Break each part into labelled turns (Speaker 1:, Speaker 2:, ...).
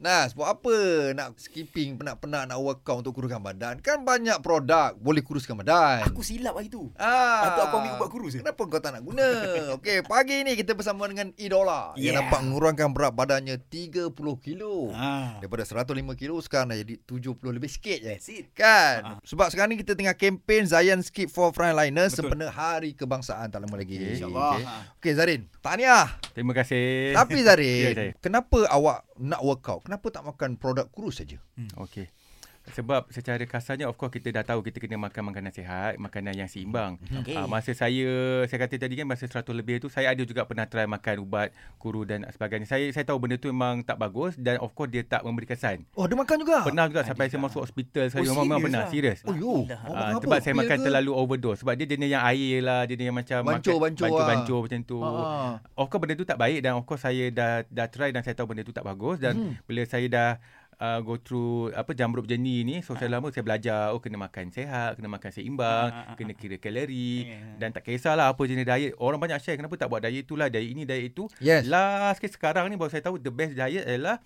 Speaker 1: Nas, buat apa nak skipping penat-penat nak workout untuk kuruskan badan? Kan banyak produk boleh kuruskan badan.
Speaker 2: Aku silap hari tu.
Speaker 1: Ah,
Speaker 2: Patut aku ambil ubat kurus je.
Speaker 1: Kenapa kau tak nak guna? Okey, pagi ni kita bersama dengan Idola yeah. yang
Speaker 2: Yeah.
Speaker 1: dapat mengurangkan berat badannya 30 kilo.
Speaker 3: Ah.
Speaker 2: Ha.
Speaker 1: Daripada 105 kilo sekarang dah jadi 70 lebih sikit je.
Speaker 2: That's it. Ah.
Speaker 1: Kan? Sebab sekarang ni kita tengah kempen Zayan Skip for Frontliners
Speaker 3: Betul.
Speaker 1: sempena Hari Kebangsaan tak lama lagi.
Speaker 2: InsyaAllah.
Speaker 1: Okey. Okey Zarin, tahniah.
Speaker 3: Terima kasih.
Speaker 1: Tapi Zarin,
Speaker 3: Ya, saya.
Speaker 1: kenapa awak nak workout? Kenapa tak makan produk kurus saja?
Speaker 3: Okey. Sebab secara kasarnya of course kita dah tahu kita kena makan makanan sihat, makanan yang seimbang.
Speaker 2: Okey.
Speaker 1: Hmm.
Speaker 3: Okay. Uh, masa saya saya kata tadi kan masa 100 lebih tu saya ada juga pernah try makan ubat kuru dan sebagainya. Saya saya tahu benda tu memang tak bagus dan of course dia tak memberi kesan.
Speaker 1: Oh, dia makan juga?
Speaker 3: Pernah juga sampai saya masuk hospital saya
Speaker 2: Ah, Oh,
Speaker 3: memang, memang
Speaker 2: serious
Speaker 3: pernah
Speaker 2: lah.
Speaker 3: serius.
Speaker 1: Oh, yo.
Speaker 2: Alhamdulillah.
Speaker 1: Awak
Speaker 3: Ah,
Speaker 1: makan
Speaker 3: sebab
Speaker 1: apa?
Speaker 3: saya
Speaker 1: Pil
Speaker 3: makan
Speaker 1: ke?
Speaker 3: terlalu overdose sebab dia jenis yang air lah dia jenis yang macam
Speaker 1: Bancur,
Speaker 3: makan-
Speaker 1: bancur
Speaker 3: bancur,
Speaker 1: lah.
Speaker 3: bancur macam tu
Speaker 1: Ah.
Speaker 3: of course benda tu tak baik dan of course saya dah dah try dan saya tahu benda tu tak bagus dan hmm. bila saya dah uh, go through apa jamrut jenis ni so saya lama saya belajar oh kena makan sehat kena makan seimbang
Speaker 2: Ah, ah, ah,
Speaker 3: kena kira kalori
Speaker 2: Yeah.
Speaker 3: dan tak kisahlah apa jenis diet orang banyak share kenapa tak buat diet itulah diet ini diet itu
Speaker 1: Yes.
Speaker 3: last sekali sekarang ni baru saya tahu the best diet adalah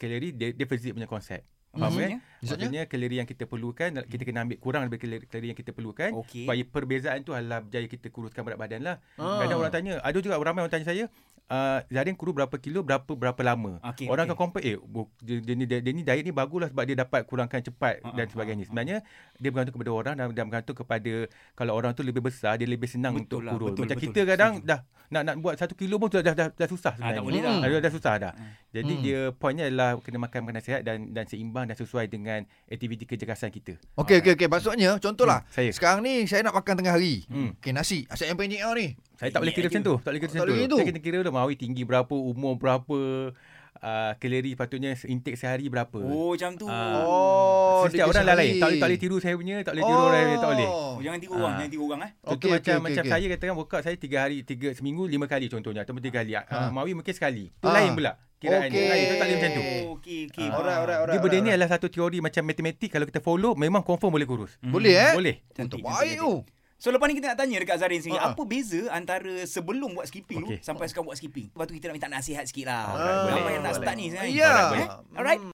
Speaker 3: kalori de- deficit punya konsep Faham
Speaker 1: eh?
Speaker 2: Maksudnya?
Speaker 3: kan? Maksudnya kalori yang kita perlukan Kita kena ambil kurang lebih kalori, kalori yang kita perlukan
Speaker 2: Okey.
Speaker 3: Supaya perbezaan tu adalah berjaya kita kuruskan berat badan lah
Speaker 1: Ah.
Speaker 3: Kadang orang tanya Ada juga ramai orang tanya saya uh, Zarin kurus berapa kilo Berapa berapa lama
Speaker 2: Okey, okey.
Speaker 3: Orang akan compare Eh bu- dia, dia, ni- dia, dia ni diet ni bagus lah Sebab dia dapat kurangkan cepat
Speaker 2: Ah,
Speaker 3: Dan
Speaker 2: ah,
Speaker 3: sebagainya Sebenarnya Dia bergantung kepada orang Dan, dan bergantung kepada Kalau orang tu lebih besar Dia lebih senang
Speaker 2: Betul
Speaker 3: untuk
Speaker 2: lah,
Speaker 3: kurus
Speaker 2: betul,
Speaker 3: Macam
Speaker 2: betul.
Speaker 3: kita kadang
Speaker 2: Setuju.
Speaker 3: Dah nak nak buat satu kilo pun Dah, dah, dah, dah susah
Speaker 2: Ah,
Speaker 3: sebenarnya
Speaker 2: tak boleh dah.
Speaker 3: dah, dah susah dah
Speaker 2: Hmm.
Speaker 3: Jadi
Speaker 1: Hmm.
Speaker 3: dia Pointnya adalah Kena makan makanan sihat Dan dan seimbang dan sesuai dengan Aktiviti kerja kasan kita
Speaker 1: Okey, okey, okey. Maksudnya, contohlah.
Speaker 3: Hmm, saya.
Speaker 1: Sekarang ni saya nak makan tengah hari.
Speaker 3: Hmm.
Speaker 1: Okey, nasi. Asyik yang penyek tau ni.
Speaker 3: Saya tak boleh kira
Speaker 2: Ingat
Speaker 3: macam
Speaker 2: je.
Speaker 3: tu. Tak boleh
Speaker 1: Oh,
Speaker 3: kira macam
Speaker 1: tak boleh
Speaker 3: tu.
Speaker 1: gitu.
Speaker 3: Saya kena kira dah mawi tinggi berapa, umur berapa, uh, kalori patutnya intake sehari berapa.
Speaker 2: Oh, macam tu.
Speaker 3: Ah.
Speaker 1: Oh, dia
Speaker 3: Setiap orang
Speaker 1: kasi
Speaker 3: lain-lain. Tak boleh, tak boleh
Speaker 1: hari.
Speaker 3: tiru saya punya, tak boleh tiru orang lain, tak boleh.
Speaker 2: Oh, jangan tiga orang,
Speaker 3: Ah.
Speaker 2: jangan tiga orang eh.
Speaker 3: Contoh
Speaker 1: Okey,
Speaker 3: okay, macam
Speaker 1: okey,
Speaker 3: okay,
Speaker 1: okey,
Speaker 3: macam
Speaker 1: okey.
Speaker 3: okay. saya katakan workout saya tiga hari, tiga seminggu lima kali contohnya ataupun tiga kali.
Speaker 1: Ha.
Speaker 3: Uh, Mawi mungkin sekali. Tu
Speaker 1: Ha.
Speaker 3: lain pula.
Speaker 1: Okey.
Speaker 3: Kiraan dia. Lain, tu tak boleh macam tu.
Speaker 1: Okey.
Speaker 2: Okey, okey.
Speaker 3: Ah.
Speaker 1: Alright, alright, alright.
Speaker 3: Dia benda ni adalah satu teori macam matematik kalau kita follow memang confirm boleh kurus.
Speaker 2: Hmm.
Speaker 1: Boleh eh?
Speaker 3: Boleh.
Speaker 1: Oh,
Speaker 2: Cantik,
Speaker 1: terbaik
Speaker 2: cantik,
Speaker 1: tu.
Speaker 2: cantik. So lepas ni kita nak tanya dekat Zarin sendiri,
Speaker 1: Ah.
Speaker 2: apa beza antara sebelum buat skipping
Speaker 3: Okey.
Speaker 2: tu sampai sekarang buat skipping? Lepas tu kita nak minta nasihat sikit lah.
Speaker 3: Alright,
Speaker 2: Ramai
Speaker 3: boleh.
Speaker 2: yang nak start ni
Speaker 1: Ah. Ya.
Speaker 2: sekarang.
Speaker 1: Yeah.
Speaker 2: Alright, boleh. Alright.